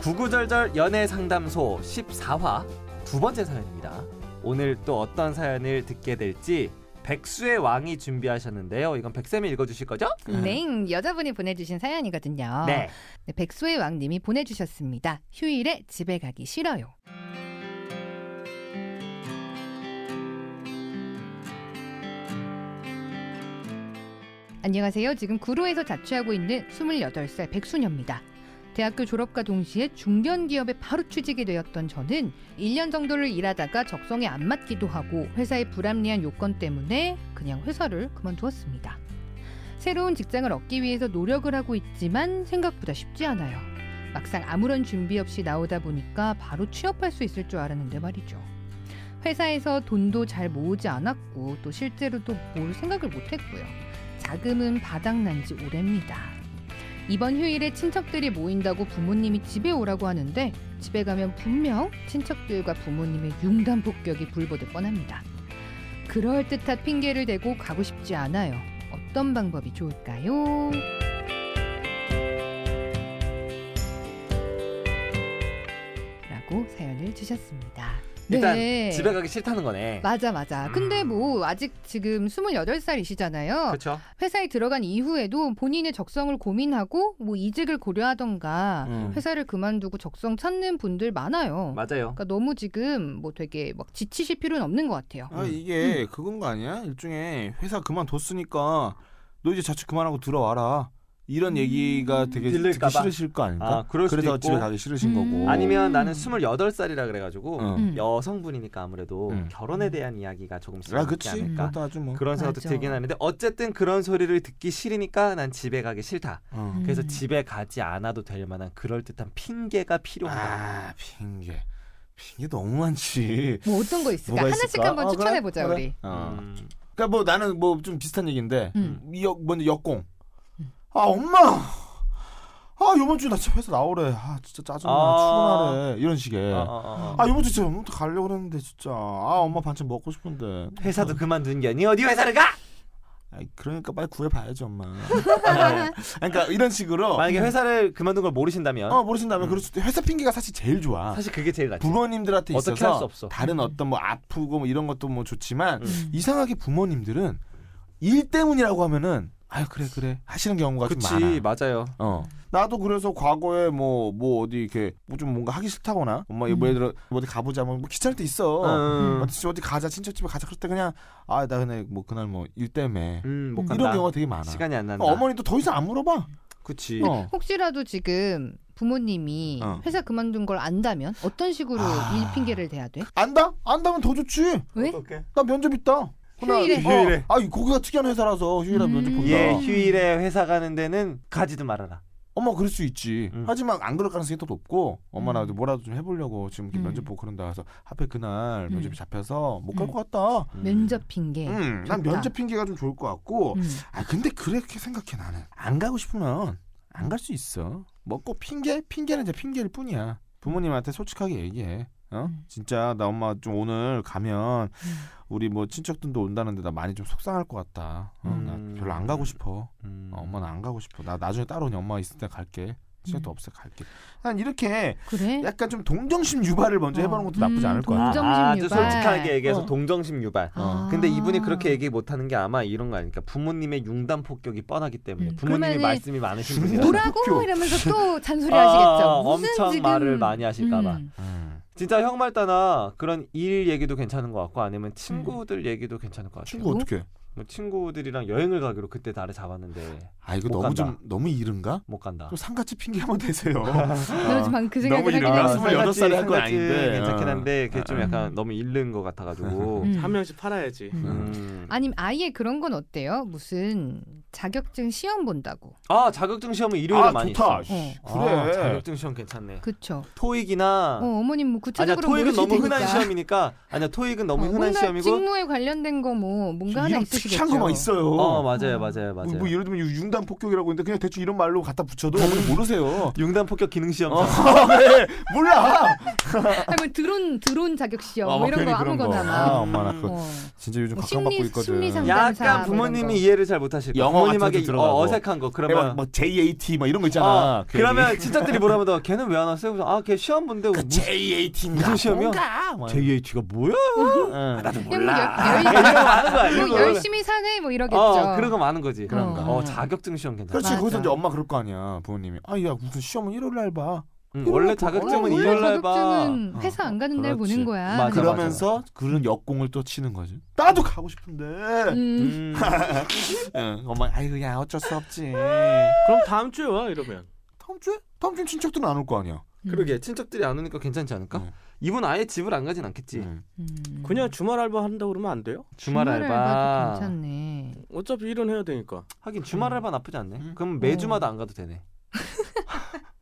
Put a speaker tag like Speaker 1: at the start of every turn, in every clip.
Speaker 1: 구구절절 연애 상담소 14화 두 번째 사연입니다. 오늘 또 어떤 사연을 듣게 될지 백수의 왕이 준비하셨는데요. 이건 백쌤이 읽어주실 거죠?
Speaker 2: 네, 여자분이 보내주신 사연이거든요.
Speaker 1: 음. 네.
Speaker 2: 네, 백수의 왕님이 보내주셨습니다. 휴일에 집에 가기 싫어요. 안녕하세요. 지금 구로에서 자취하고 있는 28살 백수녀입니다. 대학교 졸업과 동시에 중견 기업에 바로 취직이 되었던 저는 1년 정도를 일하다가 적성에 안 맞기도 하고 회사의 불합리한 요건 때문에 그냥 회사를 그만두었습니다. 새로운 직장을 얻기 위해서 노력을 하고 있지만 생각보다 쉽지 않아요. 막상 아무런 준비 없이 나오다 보니까 바로 취업할 수 있을 줄 알았는데 말이죠. 회사에서 돈도 잘 모으지 않았고 또 실제로도 뭘 생각을 못했고요. 자금은 바닥난 지 오래입니다. 이번 휴일에 친척들이 모인다고 부모님이 집에 오라고 하는데 집에 가면 분명 친척들과 부모님의 융단 폭격이 불보듯 뻔합니다. 그럴듯한 핑계를 대고 가고 싶지 않아요. 어떤 방법이 좋을까요? 라고 사연을 주셨습니다.
Speaker 1: 일단
Speaker 2: 네.
Speaker 1: 집에 가기 싫다는 거네.
Speaker 2: 맞아 맞아. 근데
Speaker 3: 음.
Speaker 2: 뭐 아직 지금 28살이시잖아요.
Speaker 1: 그렇죠.
Speaker 2: 회사에 들어간 이후에도 본인의 적성을 고민하고 뭐 이직을 고려하던가
Speaker 1: 음.
Speaker 2: 회사를 그만두고 적성 찾는 분들 많아요.
Speaker 1: 맞아요.
Speaker 2: 그러니까 너무 지금 뭐 되게 막 지치실 필요는 없는 것 같아요.
Speaker 1: 음.
Speaker 3: 아 이게 그건 거 아니야? 일종의 회사 그만뒀으니까 너 이제 자취 그만하고 들어와라. 이런 얘기가 되게
Speaker 1: 음. 들릴까
Speaker 3: 듣기
Speaker 1: 봐.
Speaker 3: 싫으실 거 아닌가?
Speaker 1: 아, 그럴 수도
Speaker 3: 그래서
Speaker 1: 있고.
Speaker 3: 집에 가기
Speaker 2: 음.
Speaker 3: 싫으신 거고.
Speaker 1: 아니면 나는 28살이라 그래가지고
Speaker 3: 어.
Speaker 2: 음.
Speaker 1: 여성분이니까 아무래도
Speaker 3: 음.
Speaker 1: 결혼에 대한 이야기가 조금씩
Speaker 3: 아
Speaker 1: 있지
Speaker 3: 그치.
Speaker 1: 않을까.
Speaker 3: 그것도 아주 뭐.
Speaker 1: 그런 생각도
Speaker 2: 음. 맞아.
Speaker 1: 들긴 하는데 어쨌든 그런 소리를 듣기 싫으니까 난 집에 가기 싫다.
Speaker 3: 어.
Speaker 2: 음.
Speaker 1: 그래서 집에 가지 않아도 될 만한 그럴듯한 핑계가 필요하다.
Speaker 3: 아 핑계. 핑계 너무 많지.
Speaker 2: 뭐 어떤 거 있을까?
Speaker 3: 뭐가
Speaker 2: 하나씩
Speaker 3: 있을까?
Speaker 2: 한번
Speaker 3: 어, 그래?
Speaker 2: 추천해 보자
Speaker 3: 그래.
Speaker 2: 우리.
Speaker 3: 어.
Speaker 1: 음.
Speaker 3: 그러니까 뭐 나는 뭐 좀 비슷한 얘기인데
Speaker 2: 음.
Speaker 3: 이 역, 먼저 역공.
Speaker 1: 음.
Speaker 3: 아 엄마. 아 이번 주나 진짜 회사 나오래. 아 진짜 짜증나.
Speaker 1: 아.
Speaker 3: 출근하래. 이런 식의.
Speaker 1: 어, 어, 어.
Speaker 3: 아 이번 주 진짜 아무튼 가려고 했는데 진짜 아 엄마 반찬 먹고 싶은데
Speaker 1: 회사도 그만둔 게니 어디 회사를 가?
Speaker 3: 아, 그러니까 빨리 구해봐야지 엄마 그러니까 이런 식으로
Speaker 1: 만약에 회사를 그만둔 걸 모르신다면
Speaker 3: 어 모르신다면 그럴 수도 회사 핑계가 사실 제일 좋아
Speaker 1: 사실 그게 제일 낫지.
Speaker 3: 부모님들한테
Speaker 1: 어떻게
Speaker 3: 있어서
Speaker 1: 할수 없어.
Speaker 3: 다른 어떤 뭐 아프고 뭐 이런 것도 뭐 좋지만
Speaker 2: 음.
Speaker 3: 이상하게 부모님들은 일 때문이라고 하면은 아유 그래 그래 하시는 경우가
Speaker 1: 그치
Speaker 3: 좀 많아
Speaker 1: 맞아요.
Speaker 3: 어. 나도 그래서 과거에 뭐 뭐 어디 이렇게 뭐 좀 뭔가 하기 싫다거나 엄마 이거 뭐 예를 들어 어디 가보자 뭐 귀찮을 때 있어
Speaker 1: 음,
Speaker 3: 어디 어디 가자 친척 집에 가자 그럴 때 그냥 아 나 근데 뭐 그날 뭐 일 때문에
Speaker 1: 음, 못
Speaker 2: 이런
Speaker 1: 간다.
Speaker 3: 이런 경우가 되게 많아.
Speaker 1: 시간이 안 난다.
Speaker 3: 어머니도 더 이상 안 물어봐.
Speaker 1: 그치.
Speaker 3: 어.
Speaker 2: 혹시라도 지금 부모님이
Speaker 3: 어.
Speaker 2: 회사 그만둔 걸 안다면 어떤 식으로
Speaker 3: 아.
Speaker 2: 일 핑계를 대야 돼?
Speaker 3: 안다? 안다면 더 좋지.
Speaker 2: 왜?
Speaker 3: 나 면접 있다. 그날-
Speaker 2: 휴일에.
Speaker 3: 어,
Speaker 1: 휴일에.
Speaker 3: 아 거기가 특이한 회사라서 휴일에
Speaker 2: 음.
Speaker 3: 면접 본다.
Speaker 1: 예, 휴일에 회사 가는 데는 가지도 말아라.
Speaker 3: 엄마 그럴 수 있지.
Speaker 1: 음.
Speaker 3: 하지만 안 그럴 가능성이 더 높고 엄마 나
Speaker 2: 음.
Speaker 3: 뭐라도 좀 해보려고 지금 이렇게
Speaker 2: 음.
Speaker 3: 면접 보고 그런다 해서 하필 그날
Speaker 2: 음.
Speaker 3: 면접이 잡혀서 못 갈
Speaker 2: 음.
Speaker 3: 것 같다.
Speaker 1: 음.
Speaker 2: 면접 핑계.
Speaker 3: 음, 난
Speaker 2: 좋다.
Speaker 3: 면접 핑계가 좀 좋을 것 같고
Speaker 2: 음.
Speaker 3: 아 근데 그렇게 생각해 나는 안 가고 싶으면 안 갈 수 있어 뭐 꼭 핑계 핑계는 이제 핑계일 뿐이야 부모님한테 솔직하게 얘기해 어
Speaker 2: 음.
Speaker 3: 진짜 나 엄마 좀 오늘 가면 우리 뭐 친척들도 온다는데 나 많이 좀 속상할 것 같다 어,
Speaker 1: 음.
Speaker 3: 나 별로 안 가고 싶어
Speaker 1: 음.
Speaker 3: 어, 엄마 나 안 가고 싶어 나 나중에 따로 오니 엄마 있을 때 갈게 시간도
Speaker 2: 음.
Speaker 3: 없어 갈게 난 이렇게
Speaker 2: 그래?
Speaker 3: 약간 좀 동정심 유발을
Speaker 2: 어.
Speaker 3: 먼저 해보는 것도 나쁘지
Speaker 2: 음,
Speaker 3: 않을 것 같아
Speaker 2: 동정-
Speaker 1: 아, 아주
Speaker 2: 유발.
Speaker 1: 솔직하게 얘기해서
Speaker 3: 어.
Speaker 1: 동정심 유발.
Speaker 2: 아.
Speaker 1: 근데 이분이 그렇게 얘기 못하는 게 아마 이런 거 아닐까 부모님의 융단 폭격이 뻔하기 때문에
Speaker 2: 음,
Speaker 1: 부모님이
Speaker 2: 그러면은
Speaker 1: 말씀이 많으신 분이라
Speaker 2: 뭐라고
Speaker 3: 도쿄.
Speaker 2: 이러면서 또 잔소리
Speaker 1: 아,
Speaker 2: 하시겠죠. 무슨
Speaker 1: 엄청
Speaker 2: 지금
Speaker 1: 말을 많이 하실까봐.
Speaker 2: 음.
Speaker 3: 음.
Speaker 1: 진짜 형 말따나 그런 일 얘기도 괜찮은 것 같고
Speaker 2: 음.
Speaker 1: 아니면 친구들 얘기도 괜찮을 것 같아요.
Speaker 3: 친구 어떻게
Speaker 1: 뭐 친구들이랑 여행을 가기로 그때 날을 잡았는데
Speaker 3: 아 이거
Speaker 1: 못
Speaker 3: 너무
Speaker 1: 간다.
Speaker 3: 좀 너무 이른가
Speaker 1: 못 간다.
Speaker 3: 좀 상같이 핑계 한번 대세요
Speaker 2: 나 지금 방금 그 생각을 하긴
Speaker 3: 이른가?
Speaker 2: 했어.
Speaker 3: 스물여덟 살에 할건
Speaker 1: 상같이
Speaker 3: 아닌데.
Speaker 1: 괜찮긴
Speaker 3: 어.
Speaker 1: 한데 그게 좀
Speaker 2: 어.
Speaker 1: 약간 너무 잃는 것 같아가지고
Speaker 2: 음.
Speaker 4: 한 명씩 팔아야지.
Speaker 1: 음.
Speaker 2: 아님 아예 그런 건 어때요? 무슨 자격증 시험 본다고.
Speaker 1: 아 자격증 시험은 일요일에
Speaker 3: 아,
Speaker 1: 많이
Speaker 3: 좋다.
Speaker 1: 있어.
Speaker 2: 어.
Speaker 1: 아,
Speaker 3: 그래
Speaker 1: 자격증 시험 괜찮네.
Speaker 2: 그쵸.
Speaker 1: 토익이나
Speaker 2: 어, 어머님 뭐
Speaker 1: 아. 아니야
Speaker 2: 구체적으로
Speaker 1: 토익은 너무
Speaker 2: 모르시니까.
Speaker 1: 흔한 시험이니까 아니야 토익은 너무
Speaker 2: 어,
Speaker 1: 흔한
Speaker 2: 뭔가
Speaker 1: 시험이고
Speaker 2: 직무에 관련된 거 뭐 뭔가 하나
Speaker 3: 이런
Speaker 2: 있으시겠죠.
Speaker 3: 특이한 거만 있어요.
Speaker 1: 어 맞아요 맞아요
Speaker 3: 뭐,
Speaker 1: 맞아요.
Speaker 3: 뭐 예를 들면 융단 폭격이라고 했는데 그냥 대충 이런 말로 갖다 붙여도
Speaker 1: 음.
Speaker 3: 어머니 모르세요.
Speaker 1: 융단 폭격 기능 시험.
Speaker 3: 어, 네, 몰라.
Speaker 2: 아니면 뭐 드론 드론 자격 시험
Speaker 3: 어,
Speaker 2: 아, 뭐 이런
Speaker 3: 괜히
Speaker 2: 거
Speaker 3: 그런
Speaker 2: 아무거나
Speaker 3: 아,
Speaker 2: 막.
Speaker 3: 엄마 나
Speaker 2: 어.
Speaker 3: 그거 진짜 요즘
Speaker 2: 뭐
Speaker 3: 각광받고
Speaker 2: 심리-
Speaker 3: 있거든.
Speaker 2: 심리상-
Speaker 1: 약간
Speaker 2: 상담사 뭐 이런 거.
Speaker 1: 부모님이 이해를 잘 못하실 거예요.
Speaker 3: 영어
Speaker 1: 부모님에게
Speaker 3: 아트도 들어가고.
Speaker 1: 어, 색한거 그러면
Speaker 3: 막, 뭐 JAT 뭐 이런 거 있잖아.
Speaker 1: 아,
Speaker 3: 그
Speaker 1: 그러면 진짜들이 뭐라 하면 걔는 왜 안 왔어요? 그래서 아, 걔 시험 본데
Speaker 3: 얘기. 그 JAT인가
Speaker 1: 무슨 시험이야? JH가 뭐야?
Speaker 3: 나도
Speaker 2: 그냥 뭐
Speaker 1: 음. 이런 거 많은
Speaker 2: 열-
Speaker 1: 거야.
Speaker 2: 열-
Speaker 1: 이런
Speaker 2: 뭐
Speaker 1: 거.
Speaker 2: 열심히 사네 뭐 이러겠죠.
Speaker 1: 어, 그런 거 많은 거지.
Speaker 2: 그런 거.
Speaker 1: 어, 자격증 시험 괜찮아.
Speaker 3: 그렇지
Speaker 2: 맞아.
Speaker 3: 거기서 이제 엄마 그럴 거 아니야 부모님이 아야 무슨 시험은 일요일 날 봐.
Speaker 1: 응,
Speaker 3: 이런
Speaker 1: 음, 원래
Speaker 3: 거 봐.
Speaker 1: 자격증은
Speaker 2: 어, 원래
Speaker 1: 일요일 날 봐. 어,
Speaker 2: 자격증은 회사 안 가는 날
Speaker 3: 그렇지.
Speaker 2: 보는 거야.
Speaker 1: 맞아, 음. 맞아.
Speaker 3: 그러면서 그런 역공을 또 치는 거지. 나도 가고 싶은데.
Speaker 2: 음.
Speaker 1: 음.
Speaker 3: 응, 엄마 아이고 야 어쩔 수 없지.
Speaker 4: 그럼 다음 주에 와 이러면.
Speaker 3: 다음 주에 다음 주에 친척들은 안 올 거 아니야.
Speaker 1: 그러게 친척들이 안 오니까 괜찮지 않을까?
Speaker 3: 음.
Speaker 1: 이분 아예 집을 안 가진 않겠지.
Speaker 3: 응.
Speaker 2: 음.
Speaker 4: 그냥 주말 알바 한다 그러면 안 돼요?
Speaker 1: 주말 알바.
Speaker 2: 알바도 괜찮네.
Speaker 4: 어차피 일은 해야 되니까.
Speaker 1: 하긴 주말 알바 나쁘지 않네.
Speaker 3: 음.
Speaker 1: 그럼 매주마다
Speaker 2: 어.
Speaker 1: 안 가도 되네.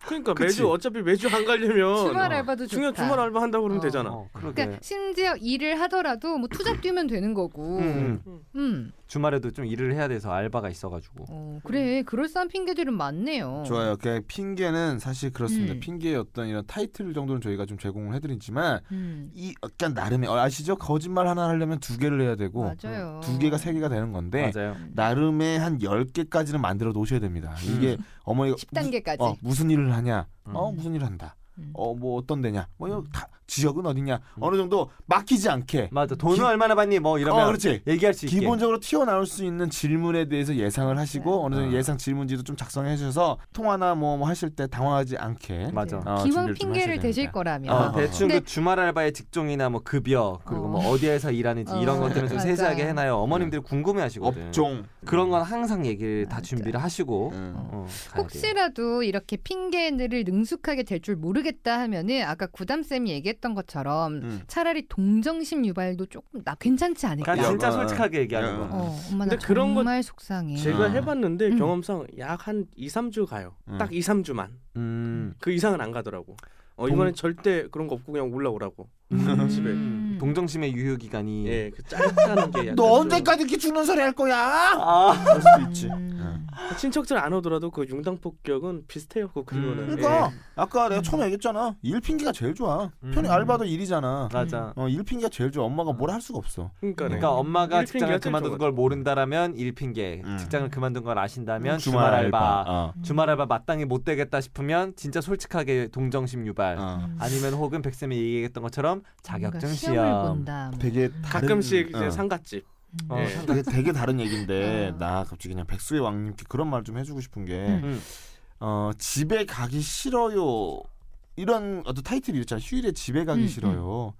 Speaker 4: 그러니까
Speaker 1: 그치.
Speaker 4: 매주 어차피 매주 안 가려면 어.
Speaker 2: 주말 알바도
Speaker 4: 중요
Speaker 2: 좋다.
Speaker 4: 주말 알바 한다 그러면
Speaker 2: 어.
Speaker 4: 되잖아.
Speaker 1: 어, 그러게.
Speaker 2: 그러니까 심지어 일을 하더라도 뭐 투잡 뛰면 되는 거고.
Speaker 1: 음, 음.
Speaker 2: 음.
Speaker 1: 주말에도 좀 일을 해야 돼서 알바가 있어가지고.
Speaker 2: 어, 그래 그럴싸한 핑계들은 많네요.
Speaker 3: 좋아요. 그 핑계는 사실 그렇습니다.
Speaker 2: 어. 음.
Speaker 3: 핑계의 어떤 이런 타이틀 정도는 저희가 좀 제공을 해드리지만
Speaker 2: 음,
Speaker 3: 이 약간 나름의 어, 아시죠? 거짓말 하나 하려면 두 개를 해야 되고
Speaker 2: 맞아요.
Speaker 3: 어, 두 개가 세 개가 되는 건데
Speaker 1: 맞아요.
Speaker 3: 나름의 한 열 개까지는 만들어 놓으셔야 됩니다.
Speaker 1: 음.
Speaker 3: 이게 어머니가
Speaker 2: 10단계까지.
Speaker 3: 어, 무슨 일을 하냐?
Speaker 1: 음.
Speaker 3: 어 무슨 일을 한다?
Speaker 2: 음.
Speaker 3: 어 뭐 어떤 데냐? 뭐 이거 다 지역은 어디냐? 어느 정도 막히지 않게.
Speaker 1: 맞아. 돈은
Speaker 3: 음, 기-
Speaker 1: 얼마나 받니? 뭐 이러면
Speaker 3: 어 그렇지.
Speaker 1: 얘기할 수 있게.
Speaker 3: 기본적으로 튀어나올 수 있는 질문에 대해서 예상을 하시고 어느 정도
Speaker 1: 아.
Speaker 3: 예상 질문지도 좀 작성해 주셔서 통화나 뭐, 뭐 하실 때 당황하지 않게
Speaker 1: 맞아.
Speaker 2: 이제
Speaker 3: 어,
Speaker 2: 네. 기왕
Speaker 3: 준비를 좀
Speaker 2: 핑계를
Speaker 3: 하셔야
Speaker 2: 대실
Speaker 3: 됩니다.
Speaker 2: 거라면.
Speaker 3: 아,
Speaker 1: 어, 대충
Speaker 2: 근데-
Speaker 1: 그 주말 알바의 직종이나 뭐 급여 그리고
Speaker 2: 어.
Speaker 1: 뭐 어디에서 일하는지
Speaker 2: 어,
Speaker 1: 이런 것들은 좀
Speaker 2: 맞아요.
Speaker 1: 세세하게 해놔요. 어머님들이
Speaker 3: 네.
Speaker 1: 궁금해하시거든.
Speaker 3: 업종
Speaker 1: 그런 건 항상 얘기를 다
Speaker 2: 맞아.
Speaker 1: 준비를 하시고
Speaker 3: 음.
Speaker 1: 어, 가야 돼요.
Speaker 2: 혹시라도 이렇게 핑계들을 능숙하게 될 줄 모르겠다 하면은 아까 구담 쌤이 얘기했던 것처럼
Speaker 3: 음.
Speaker 2: 차라리 동정심 유발도 조금 나 괜찮지 않을까?
Speaker 1: 그러니까 진짜
Speaker 3: 야, 어.
Speaker 1: 솔직하게 얘기하는
Speaker 3: 야.
Speaker 1: 거.
Speaker 2: 어, 엄마 나
Speaker 4: 근데 그런 거-
Speaker 2: 정말 속상해.
Speaker 4: 제가
Speaker 3: 음.
Speaker 4: 해봤는데
Speaker 2: 음.
Speaker 4: 경험상 약 한 2, 3주 가요.
Speaker 3: 음.
Speaker 4: 딱 2, 3주만.
Speaker 1: 음.
Speaker 4: 그 이상은 안 가더라고. 어,
Speaker 1: 동-
Speaker 4: 이번엔 절대 그런 거 없고 그냥 올라오라고.
Speaker 2: 음.
Speaker 4: 집에.
Speaker 1: 동정심의 유효 기간이
Speaker 4: 예, 그 짧다는 게. 약간
Speaker 3: 음. 너
Speaker 4: 좀-
Speaker 3: 언제까지 이렇게 죽는 소리 할 거야?
Speaker 1: 아,
Speaker 3: 그럴 수도 있지.
Speaker 2: 음.
Speaker 4: 친척들 안 오더라도 그 융당 폭격은 비슷해요. 그
Speaker 1: 네.
Speaker 4: 근로는.
Speaker 3: 그러니까
Speaker 4: 예.
Speaker 3: 아까 내가 처음에 얘기했잖아. 일 핑계가 제일 좋아.
Speaker 1: 음.
Speaker 3: 편히 알바도 일이잖아.
Speaker 1: 맞아.
Speaker 3: 어, 일 핑계가 제일 좋아. 엄마가 뭘 할 수가 없어.
Speaker 4: 그러니까.
Speaker 1: 그러니까
Speaker 4: 네.
Speaker 1: 엄마가
Speaker 4: 일
Speaker 1: 직장을
Speaker 4: 핑계가
Speaker 1: 그만둔
Speaker 4: 제일
Speaker 1: 걸 모른다라면 일 핑계,
Speaker 3: 음.
Speaker 1: 직장을 그만둔 걸 아신다면 주말 알바,
Speaker 3: 어.
Speaker 2: 음.
Speaker 1: 주말 알바 마땅히 못 되겠다 싶으면 진짜 솔직하게 동정심 유발,
Speaker 3: 어.
Speaker 1: 아니면 혹은 백쌤이 얘기했던 것처럼 자격증
Speaker 2: 뭔가 그러니까 시험을
Speaker 1: 시험.
Speaker 2: 본다. 뭐.
Speaker 3: 되게 다른-
Speaker 4: 가끔씩 이제
Speaker 3: 어.
Speaker 4: 상갓집.
Speaker 2: 음.
Speaker 1: 어,
Speaker 4: 예.
Speaker 1: 상관-
Speaker 3: 되게, 되게 다른 얘기인데
Speaker 2: 어.
Speaker 3: 나 갑자기 그냥 백수의 왕님께 그런 말 좀 해주고 싶은 게
Speaker 2: 음.
Speaker 1: 음.
Speaker 3: 어, 집에 가기 싫어요 이런 어떤 타이틀이 있잖아요 휴일에 집에 가기
Speaker 2: 음,
Speaker 3: 싫어요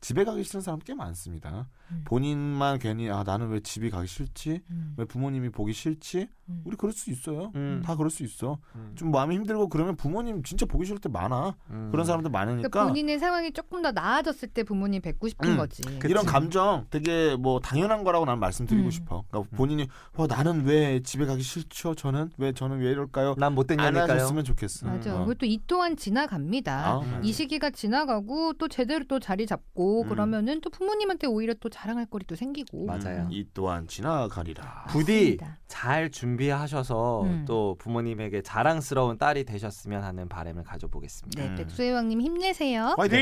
Speaker 3: 집에 가기 싫은 사람 꽤 많습니다
Speaker 2: 음.
Speaker 3: 본인만 괜히 아 나는 왜 집이 가기 싫지
Speaker 2: 음.
Speaker 3: 왜 부모님이 보기 싫지
Speaker 2: 음.
Speaker 1: 그러니까
Speaker 3: 우리 그럴 수 있어요
Speaker 1: 음.
Speaker 3: 다 그럴 수 있어
Speaker 1: 음.
Speaker 3: 좀 마음이 힘들고 그러면 부모님 진짜 보기 싫을 때 많아
Speaker 1: 음.
Speaker 3: 그런 사람들 많으니까
Speaker 2: 그러니까 본인의 상황이 조금 더 나아졌을 때 부모님 뵙고 싶은
Speaker 3: 음.
Speaker 2: 거지.
Speaker 3: 이런
Speaker 1: 그치.
Speaker 3: 감정 되게 뭐 당연한 거라고 난 말씀드리고
Speaker 2: 음.
Speaker 3: 싶어. 그러니까 본인이 어, 나는 왜 집에 가기 싫죠? 저는 왜 저는 왜 이럴까요?
Speaker 1: 난
Speaker 3: 안
Speaker 1: 못됐냐니까요.
Speaker 3: 하셨으면 좋겠어.
Speaker 2: 맞아.
Speaker 3: 어.
Speaker 2: 그리고 또 이 또한 지나갑니다.
Speaker 3: 아,
Speaker 1: 음.
Speaker 2: 이 시기가 지나가고 또 제대로 또 자리 잡고
Speaker 3: 음.
Speaker 2: 그러면은 또 부모님한테 오히려 또 자랑할 거리도 생기고.
Speaker 1: 맞아요.
Speaker 3: 음, 이 또한 지나가리라.
Speaker 1: 부디
Speaker 2: 맞습니다.
Speaker 1: 잘 준비하셔서
Speaker 2: 음.
Speaker 1: 또 부모님에게 자랑스러운 딸이 되셨으면 하는 바람을 가져보겠습니다.
Speaker 2: 네,
Speaker 3: 음.
Speaker 2: 백수혜왕님 힘내세요.
Speaker 3: 화이팅!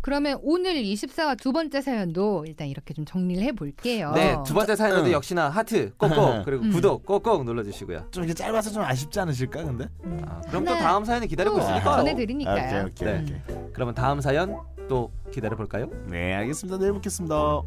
Speaker 2: 그러면 오늘 24화 두 번째 사연도 일단 이렇게 좀 정리를 해볼게요.
Speaker 1: 네, 두 번째 사연에도
Speaker 3: 응.
Speaker 1: 역시나 하트 꼭꼭 그리고
Speaker 2: 음.
Speaker 1: 구독 꼭꼭 눌러주시고요.
Speaker 3: 좀 이렇게 짧아서 좀 아쉽지 않으실까 근데?
Speaker 1: 아, 그럼 또
Speaker 2: 하나,
Speaker 1: 다음 사연이 기다리고
Speaker 2: 또
Speaker 1: 있으니까요. 아, 네,
Speaker 2: 전해드리니까요.
Speaker 3: 오케이 오케이 오케이.
Speaker 1: 그러면 다음 사연 또 기다려 볼까요?
Speaker 3: 네 알겠습니다. 내일 뵙겠습니다.